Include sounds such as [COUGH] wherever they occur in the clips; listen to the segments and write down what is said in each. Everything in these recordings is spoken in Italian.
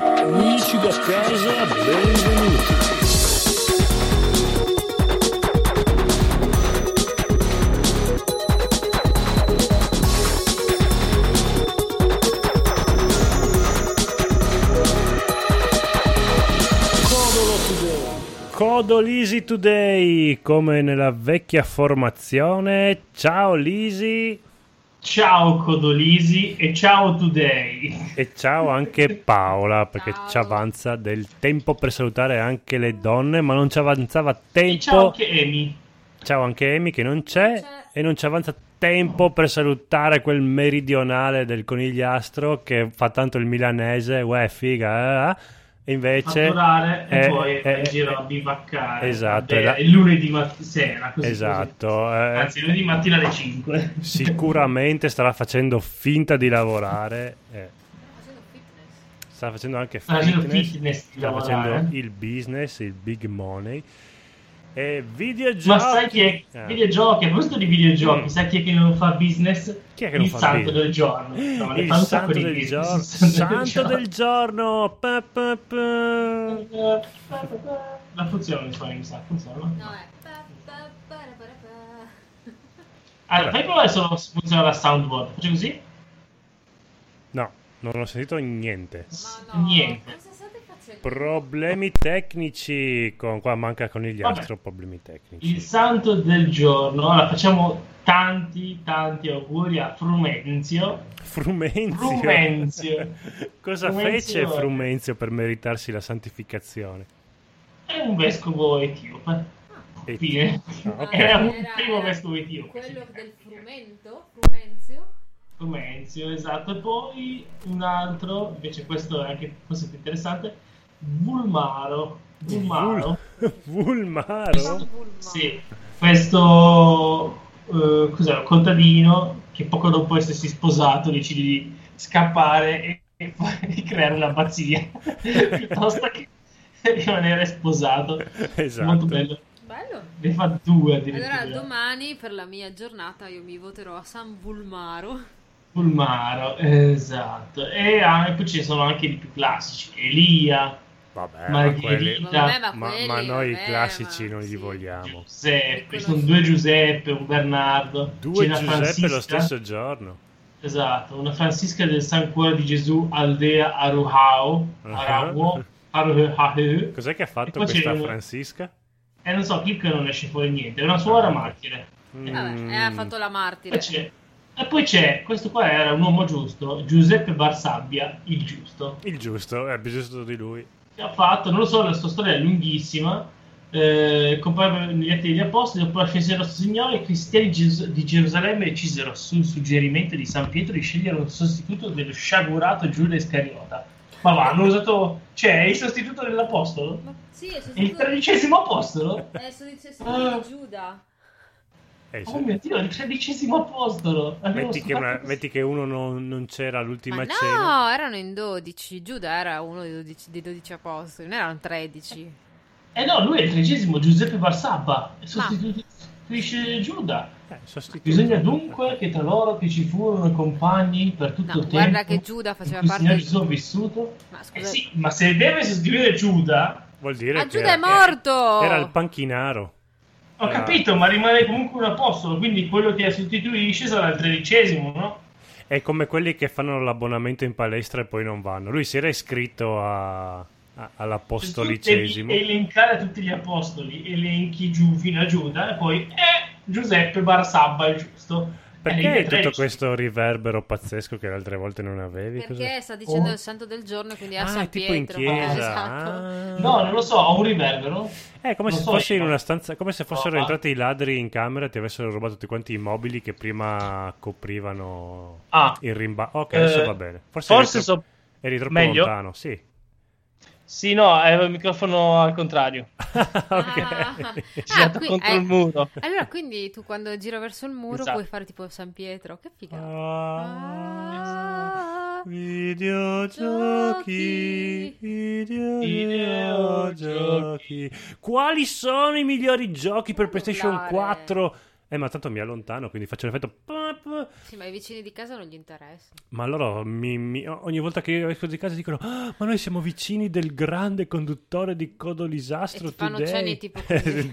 Amici da casa, benvenuti. Codo Lisi Today, come nella vecchia formazione. Ciao Lisi Ciao Codolisi e ciao Today. e ciao [LAUGHS] anche Paola, perché ci avanza del tempo per salutare anche le donne, ma non ci avanzava E ciao tempo. anche Amy. Ciao anche Amy che non c'è e non ci avanza tempo per salutare quel meridionale del conigliastro che fa tanto il milanese, uè figa, eh, eh. e invece Naturale e eh, poi eh, in giro a eh, bivaccare. esatto, Vabbè, la- è lunedì mat- sera. Così, Esatto, così. eh, Anzi, lunedì mattina alle 5. sicuramente starà facendo finta di lavorare. eh. Sta facendo anche Sta facendo fitness, Ah, fitness di sta facendo lavorare. il business, il big money. E videogiochi. [LAUGHS] Ma sai chi è? Eh, Videogiochi, a proposito di videogiochi, Mm. sai chi è che non fa business? Chi è che non il fa santo business? Eh, del giorno. No, ne il fa santo un sacco di del business, [LAUGHS] giorno. il santo del Santo del giorno. Pa, pa, pa. giorno. La funzione suona mi sa, funziona. No, è pa, pa, pa, ra, pa, ra, pa. Allora, fai provare solo se funziona la soundboard. Faccio così? No, non ho sentito niente. Ma no, Niente. cosa state facendo? Problemi tecnici. Con qua manca con gli Vabbè. altri problemi tecnici. Il santo del giorno. Allora, facciamo tanti, tanti auguri a Frumenzio. [LAUGHS] Frumenzio. Frumenzio. [LAUGHS] Cosa fece Frumenzio. Frumenzio per meritarsi la santificazione? È un vescovo etiope. E- Fine. Ah, ok. Era un primo vescovo etiope. Quello del frumento, frumenzio. Frumenzio, esatto. E poi un altro, invece questo è anche forse più interessante, Vulmaro. Vulmaro. [LAUGHS] Vulmaro? Vulma. Sì, questo eh, cos'è, un contadino che poco dopo essersi sposato decide di scappare e, e fa- di creare [LAUGHS] un'abbazia piuttosto che rimanere sposato. [LAUGHS] Esatto. Molto bello. Bello. Ne fa due addirittura. Allora domani per la mia giornata io mi voterò a San Vulmaro. Fulmaro, esatto. E, ah, e poi ci sono anche i più classici. Elia, Vabbè, ma Margherita. quelli- Vabbè, ma, ma- quelli, ma noi i vabbè, classici ma non li sì. vogliamo. Giuseppe, Piccolo- ci sono due Giuseppe, un Bernardo, Due c'è una Giuseppe lo Francisca. stesso giorno. Esatto, una Francisca del San Cuore di Gesù, aldea Aruhao, Arauo, Aruhau. Cos'è che ha fatto poi c'è questa il- Francisca? E non so, Kirk non esce fuori niente, è una suora Ah. martire. Vabbè, Mm, eh, ha fatto la martire. Poi c'è- E poi c'è, questo qua era un uomo giusto, Giuseppe Barsabbia, il giusto, Il giusto, è bisogno di lui. che ha fatto, non lo so, la sua storia è lunghissima, eh, comparve negli atti degli Apostoli, dopo l'ascensero del Signore, i cristiani Ges- di Gerusalemme decisero sul suggerimento di San Pietro di scegliere un sostituto dello sciagurato Giuda Iscariota. Ma va, hanno usato, cioè, il sostituto dell'Apostolo? Ma sì, È è Il Ah. sostituto tredicesimo Apostolo? è sostituto di Giuda. Eh, Oh sì. mio Dio, il tredicesimo Apostolo! Abbiamo metti, che una- superato- metti che uno non, non c'era all'ultima Ma cena. no, erano in 12. Giuda era uno dei 12, dei 12 apostoli, non erano 13. Eh no, lui è il tredicesimo, Giuseppe Barsabba, sostituisce Giuda. Eh, sostituto. Bisogna dunque che tra loro che ci furono compagni per tutto No, il tempo... guarda che Giuda faceva in cui parte Il Signore di- Gesù ha vissuto... Ma Eh scusa, sì, ma se deve sostituire Giuda... Vuol dire ma che Giuda era- è morto! Era il panchinaro. Ho Eh. capito, ma rimane comunque un apostolo, quindi quello che sostituisce sarà il tredicesimo, no? È come quelli che fanno l'abbonamento in palestra e poi non vanno. Lui si era iscritto a- a- all'apostolicesimo. Se tu devi elencare tutti gli apostoli, elenchi giù fino a Giuda e poi eh, Giuseppe Barsabba è giusto. Perché Eh, hai i tutto 13. questo riverbero pazzesco che le altre volte non avevi? Cos'è? Perché sta dicendo Oh. il santo del giorno, quindi è a Ah, San è tipo in Pietro. chiesa. Esatto. Ah. No, non lo so, ho un riverbero. È come non se so fossi io. in una stanza, come se fossero No, ma- entrati i ladri in camera e ti avessero rubato tutti quanti i mobili che prima coprivano Ah, il rimbalzo. Ok, Eh, adesso va bene. Forse, forse eri troppo, so... eri troppo meglio? lontano, sì. [LAUGHS] Sì, no, avevo il microfono al contrario. Ah. ok. Ah, Girato qui- contro eh, il muro. Allora, quindi tu quando giro verso il muro Esatto. puoi fare tipo San Pietro. Che figata. Ah. Ah. Videogiochi, Giochi. videogiochi. Quali sono i migliori giochi per PlayStation Cellulare. 4? Eh, ma tanto mi allontano, quindi faccio l'effetto. pop. ah, Sì, ma i vicini di casa non gli interessa. ma loro mi- mi- ogni volta che io esco di casa dicono "Ah, ma noi siamo vicini del grande conduttore di Codolisastro E ti fanno Today." cenni tipo così.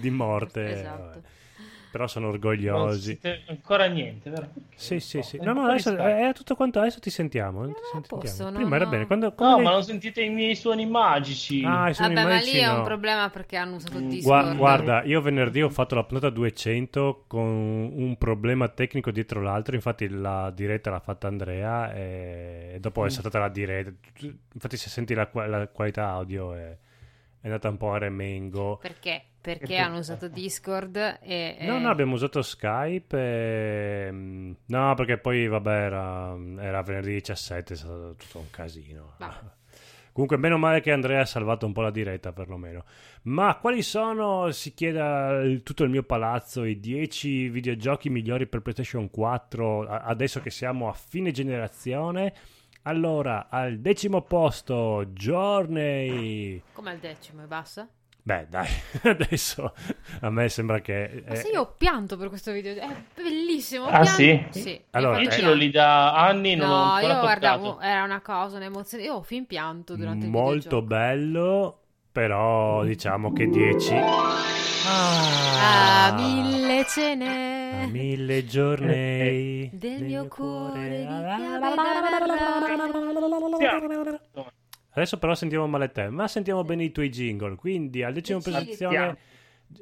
[LAUGHS] di morte. Esatto. vabbè. Però sono Non orgogliosi. sentite ancora niente, vero? Sì, sì, sì. No, No, no, ancora adesso risparmio. è tutto quanto. Adesso ti sentiamo. eh, ti Eh, sentiamo. posso, no, Prima era no. bene. Quando, No, quando- ma non sentite i miei suoni magici. Ah, i suoni Vabbè, ma magici lì è un no. problema perché hanno usato Mm. Gua- Discord. guarda, io venerdì ho fatto la puntata 200 con un problema tecnico dietro l'altro. Infatti, la diretta l'ha fatta Andrea. E dopo è Mm. saltata la diretta. Infatti, se senti la, qua- la qualità audio è, è andata un po' a remengo. Perché? Perché Perché? hanno usato Discord e... eh, e- No, no, abbiamo usato Skype. e- mm, No, perché poi, vabbè, era, era venerdì 17, è stato tutto un casino. Vabbè. [LAUGHS] Comunque, meno male che Andrea ha salvato un po' la diretta, perlomeno. Ma quali sono, si chiede al- tutto il mio palazzo, i 10 videogiochi migliori per PlayStation 4 a- adesso che siamo a fine generazione? Allora, al decimo posto, Journey. Come al decimo e basta? Beh, dai, [LAUGHS] adesso a me sembra che... Ma eh, se io ho pianto per questo video, è bellissimo. ho Ah, pianto- sì? Sì. Allora, Io infatti eh, ce l'ho lì da anni, non l'ho No, ancora io guardavo, toccato. era una cosa, un'emozione. Io ho fin pianto durante il molto videogioco. bello però diciamo che 10 Ah, ah, mille a cene Ah, mille giorni [LAUGHS] del mio cuore. adesso però sentiamo male te ma sentiamo bene i tuoi jingle quindi al decimo Decidi. posizione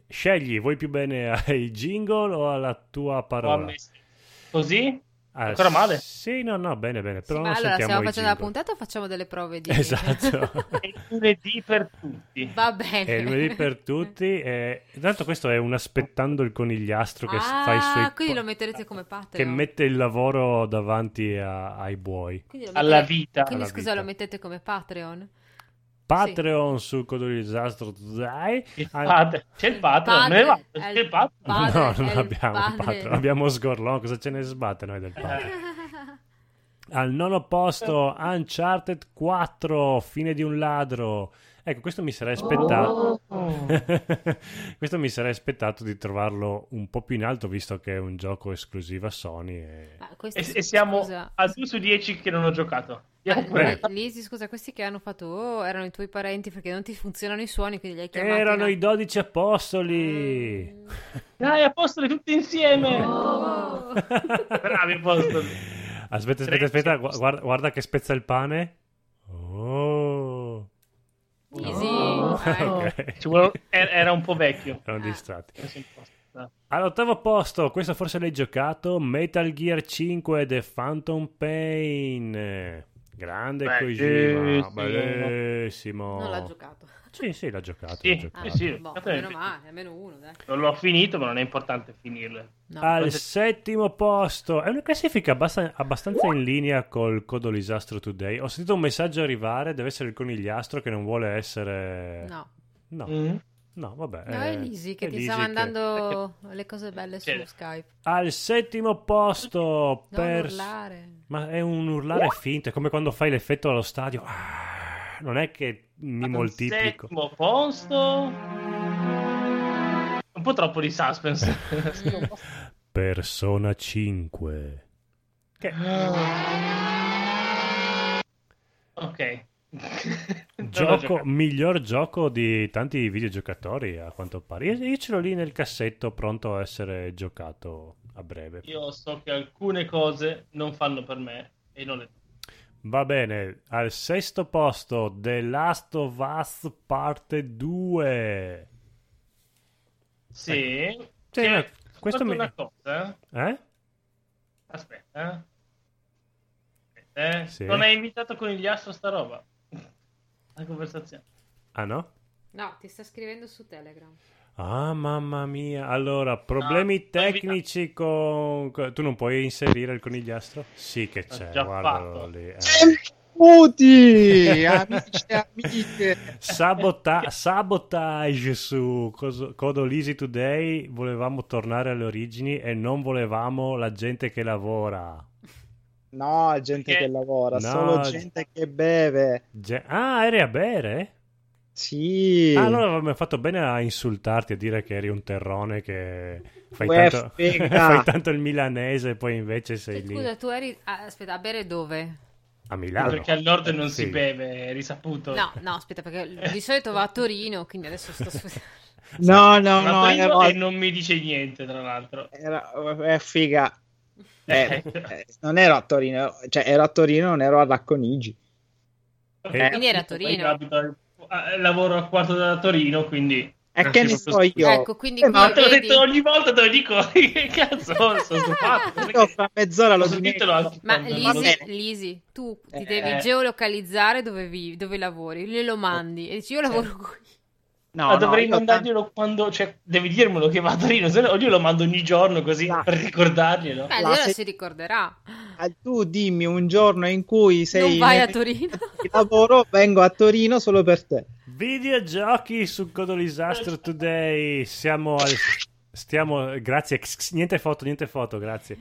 scegli vuoi più bene [LAUGHS] ai jingle o alla tua Ho parola ammesso. [LAUGHS] Così? Ah, ancora male? sì no no bene bene però Sì, non ma allora, sentiamo stiamo i facendo la jingle. puntata o facciamo delle prove di... esatto Eh, È lunedì per tutti. [LAUGHS] Va bene. È lunedì [LAUGHS] per tutti. E... Tanto questo è un aspettando il conigliastro che ah, fa i suoi. quindi lo metterete come che Patreon. mette il lavoro davanti a- ai buoi. Quindi lo Alla mettete- vita. Quindi Alla scusa, vita. lo mettete come Patreon? [LAUGHS] Patreon su Codolizastro Zai. Il padre- C'è il padre, Padre, me ne vado, è c'è il il padre. padre, no, non è il abbiamo un padre. Patreon, abbiamo Sgorlò. Cosa ce ne sbatte noi del Patreon? [LAUGHS] Al nono posto, Uncharted 4, fine di un ladro. Ecco, questo mi sarei aspettato. Oh. [LAUGHS] Oh. Questo mi sarei aspettato di trovarlo un po' più in alto, visto che è un gioco esclusiva Sony. E... Ma questi, E, e siamo Ah, scusa, a 2 su 10 che non ho giocato. Andiamo Beh. pure. eh, Lisi, scusa, questi che hanno fatto oh, erano i tuoi parenti perché non ti funzionano i suoni, quindi li hai chiamati. Erano in- i 12 apostoli. Mm. Dai, apostoli tutti insieme. Oh. Bravi apostoli. Aspetta, aspetta, Tredici aspetta, apostoli. guarda, guarda che spezza il pane. Oh. Lisi, No. [LAUGHS] eh, Ok. Ci vuole- er- Era un po' vecchio. Erano Ah. distratti. Adesso è un po' strano. All'ottavo posto, questo forse l'hai giocato, Metal Gear 5 The Phantom Pain. Grande Kojima, Bellissimo. bellissimo. non l'ha giocato. Sì, sì, l'ha giocato. Sì, l'ha sì, giocato. Eh, sì. Boh, Infatti, meno male, almeno uno, dai. Non l'ho finito, ma non è importante finirlo. No. Al Quante- settimo posto, è una classifica abbast- abbastanza in linea col Codolisastro Today. Ho sentito un messaggio arrivare, deve essere il conigliastro che non vuole essere... No. no, Mm. no, vabbè. No, eh, è Lisi che è ti Lisi sta che- mandando le cose belle su Succede. Skype. Al settimo posto Non per... urlare. Ma è un urlare finto, è come quando fai l'effetto allo stadio. Ah, Non è che mi Al moltiplico. Settimo posto. Un po' troppo di suspense. Mm. [LAUGHS] Persona 5. [LAUGHS] ok. Non l'ho Gioco, giocato. miglior gioco di tanti videogiocatori a quanto pare. Io, io ce l'ho lì nel cassetto pronto a essere giocato a breve. Io so che alcune cose non fanno per me e non le Va bene, al sesto posto The Last of Us Parte 2. Sì. Ecco. Sì, Che- ma questo guarda mi- una cosa. eh. Eh? Aspetta. eh. Aspetta, eh. Sì. Non hai invitato con il gliastro sta roba. La conversazione. Ah no? No, ti sta scrivendo su Telegram. Ah mamma mia, allora problemi No, non è tecnici con... co- Tu non puoi inserire il conigliastro? Sì che c'è, già guardalo fatto. lì. eh. [LAUGHS] Benvenuti, amici e amiche. Sabota- sabotage su Cos- Codolisi Today. Volevamo tornare alle origini e non volevamo la gente che lavora. No, gente Perché? che lavora, No. solo gente che beve. Ge- ah, eri a bere? Sì. Ah, allora mi ha fatto bene a insultarti, a dire che eri un terrone che fai, Uè, tanto, figa. [LAUGHS] fai tanto il milanese e poi invece sei Cioè, lì scusa, tu eri. ah, aspetta, a bere dove? a Milano. Perché al nord non Sì. si beve, è risaputo. No, no, aspetta, perché di solito va a Torino, quindi adesso [LAUGHS] sto sfruttando. No, no, Ma no, prendo era, e non mi dice niente, tra l'altro. era- eh, figa. Eh, Eh. [LAUGHS] eh, non ero a Torino, cioè ero a Torino, non ero alla Conigi. Eh, Quindi era a Torino. Io abito al- a- eh, lavoro a quarto da Torino, quindi... E che ne so io? Ecco, quindi Eh, qui ma Ma te l'ho vedi- detto ogni volta, te lo dico. [LAUGHS] che cazzo, [LAUGHS] sono stufato. Io fra mezz'ora lo Posso dirtelo dimentico. anche Ma quando- Va Lisi, bene. Lisi, tu ti Eh. devi geolocalizzare dove, vivi, dove lavori, glielo mandi e dici io lavoro qui. No, Ma no, dovrei io tanto- mandarglielo quando... Cioè, devi dirmelo che va a Torino, se no io lo mando ogni giorno così, Ah. per ricordarglielo. Beh, allora se- si ricorderà. Ah, Tu dimmi un giorno in cui sei non vai a nel- [LAUGHS] Torino. di lavoro, vengo a Torino solo per te. Videogiochi su Codolo Disaster Today. Siamo al. Stiamo. Grazie. x- x- Niente foto, niente foto, [LAUGHS] grazie.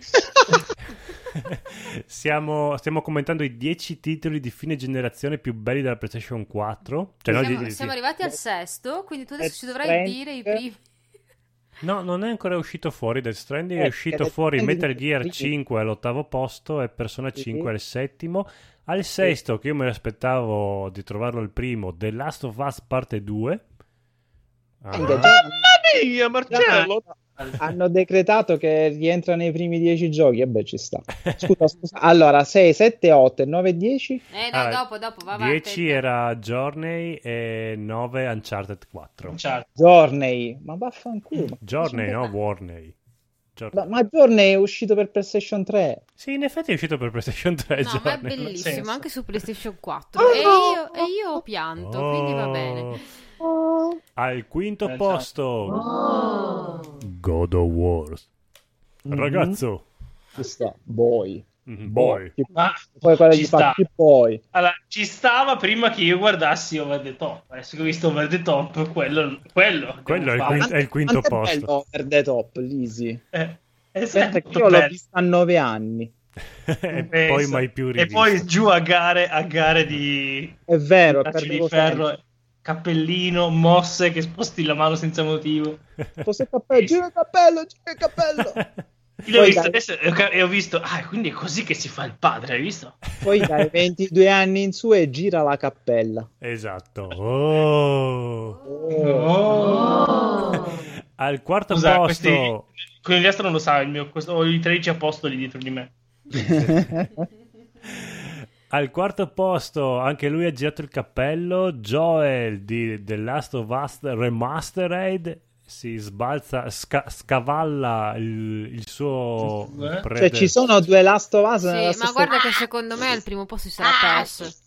Siamo, stiamo commentando i 10 titoli di fine generazione più belli della PlayStation 4. Cioè, no, siamo, di- di- siamo di- arrivati al sesto, quindi tu adesso ci dovrai Trent. dire i primi. no, non è ancora uscito fuori. Death Stranding è Eh, uscito Death fuori Stranding Metal è Gear primo. 5 all'ottavo posto e Persona Sì. 5 al settimo. Al sesto, che io me l'aspettavo di trovarlo al primo, The Last of Us parte 2. Ah. Quindi, Mamma mia, Cioè, Marcello! Hanno decretato che rientra nei primi 10 giochi. E beh, ci sta. Scusa, scusa. Allora, 6, 7, 8, 9, 10. Eh no, Allora, dopo, dopo, va 10 avanti. era Journey e 9 Uncharted 4. Ciao. Journey. Ma vaffanculo. Mm, Journey, no, Warney. Journey. Ma, ma Journey è uscito per PlayStation 3. Sì, in effetti è uscito per PlayStation 3 No, ma è Journey. senso. bellissimo, anche su PlayStation 4. Oh, e, io, no. e io ho pianto, quindi va bene. Oh. Al quinto Eh, posto Oh. God of War. Mm-hmm. Ragazzo, Ci sta. Boy. Mm-hmm. Mhm, Boh. [LAUGHS] boy. Chi- Ma Poi quella ci di sta. fatti poi. Allora, ci stava prima che io guardassi Over the Top. Adesso che ho visto Over the Top, quello, quello, Quello è il devo quinto, fare. è il quinto Quanto è posto. bello per The Top, Lisi. Certo, Eh, esatto, Pensa che io l'ho bello. vista a 9 anni. e Eh, poi esatto. mai più E rivisto. poi giù a gare, a gare di È vero, è bracci di perdevo ferro, sempre. cappellino, mosse che sposti la mano senza motivo. Sposta il [LAUGHS] cappello, gira il cappello, gira il cappello. [LAUGHS] Io l'ho Poi visto dai. adesso e ho ca- e ho visto, ah, quindi è così che si fa il padre, hai visto? Poi [LAUGHS] dai 22 anni in su e gira la cappella. Esatto. Oh. Al quarto Oh. Scusa, posto questi... Quello di destra non lo sa, il mio, questo- ho i 13 apostoli dietro di me. [LAUGHS] Al quarto posto, anche lui ha girato il cappello. Joel di The Last of Us Remastered si sbalza, sca- scavalla il, il suo. Eh? prede- Cioè, ci sono due Last of Us nella [LAUGHS] Sì, ma stessa- guarda che secondo me al primo Ah, posto ci sarà PES.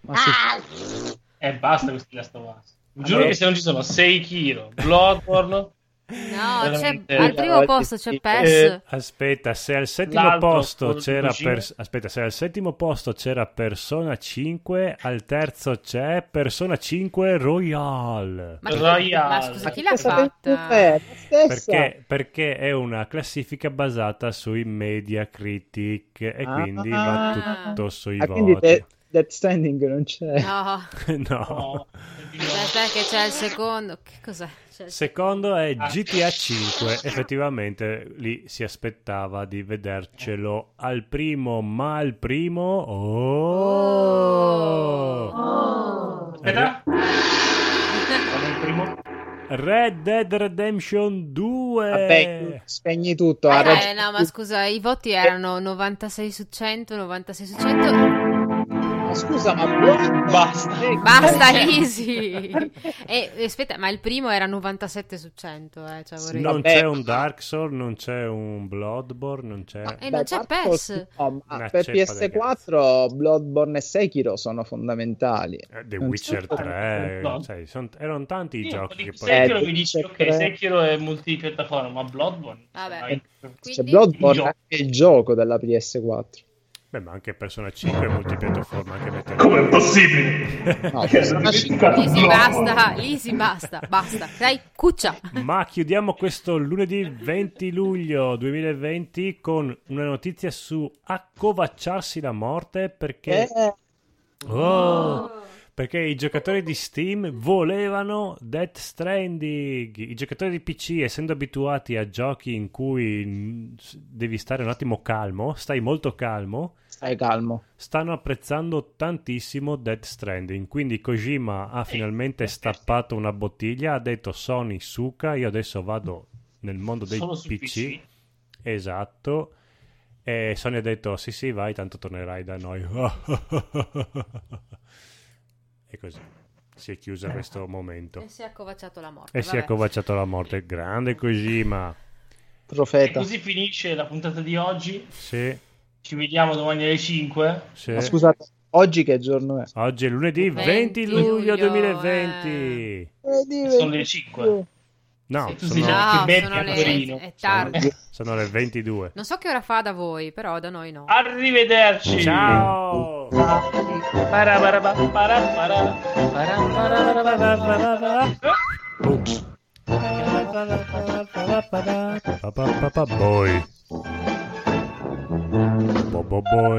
Ma sì. Ah, E basta questi Last of Us. Giuro Allora- che se non ci sono 6 kg, [LAUGHS] Bloodborne, No, c'è, Veramente. al primo Oggi posto c'è sì. PES. Eh, Aspetta, se al settimo L'altro, posto quello di c'era cucina. per- aspetta, se al settimo posto c'era Persona 5, al terzo c'è Persona 5 Royal. Ma chi- Royal. ma scusa, chi Ma l'ha cosa fatta? pensi te? La stessa. Perché, perché è una classifica basata sui media critic e Ah. quindi va tutto sui Ah, quindi voti. Death, Death Stranding non c'è. No, [LAUGHS] no. Oh. no, aspetta che c'è il secondo. Che cos'è? C'è il- Secondo è Ah. GTA 5, effettivamente lì si aspettava di vedercelo al primo, ma al primo... Oh! aspetta. Vado in primo. Red Dead Redemption 2! Vabbè, spegni tutto. Eh, arreggi- no, ma scusa, i voti erano 96 su 100, 96 su 100. Ma scusa, ma Eh, cioè, Blood- Basta. [LAUGHS] Basta, Eh, easy. e e aspetta, ma il primo era 97 su 100, eh, cioè vorrei... Non Vabbè. c'è un Dark Soul, non c'è un Bloodborne, non c'è... E non c'è Dark Souls- PES. no, ma Una per ceppa PS4 Bloodborne e Sekiro sono fondamentali. Eh, The Non Witcher c'è- 3, No. sai, son- erano tanti i Io giochi dico che poi... Sekiro Eh, mi dici, dice ok, tre. Sekiro è multipiattaforma, ma Bloodborne. Vabbè. Dai. C'è Quindi- Bloodborne Gioco. è il gioco della PS4. Beh, ma anche Persona 5 è multipiattaforma, anche Metal Gear. Com'è possibile? No, Persona 5 Lisi, basta, Lisi, basta, basta. Dai, cuccia. Ma chiudiamo questo lunedì 20 luglio 2020 con una notizia su accovacciarsi la morte perché... Eh, Oh, Perché i giocatori di Steam volevano Death Stranding. I giocatori di PC, essendo abituati a giochi in cui mm, s- devi stare un attimo calmo, stai molto calmo, Stai calmo. stanno apprezzando tantissimo Death Stranding. Quindi Kojima ha finalmente stappato una bottiglia, ha detto Sony suca, io adesso vado nel mondo dei Solo su PC. Esatto. E Sony ha detto: Sì, sì, vai, tanto tornerai da noi. [LAUGHS] e così si è chiuso questo momento. E si è accovacciato la morte. E si è Eh vabbè. covacciato la morte. Grande Kojima. E Profeta. così finisce la puntata di oggi. Sì, Ci vediamo domani alle 5. sì. Ma scusate, oggi che giorno è? Oggi è lunedì 20 20 luglio luglio, 2020. Sono le 5. No, Sì, tu sei sono, già- No, che sono Beppe le- Torino. è tardi. sono le 22. Non so che ora fa da voi, però da noi no. Arrivederci. Ciao. Parabaraba, parabara, Boom. Ah! Boy. Bo- bo- boy.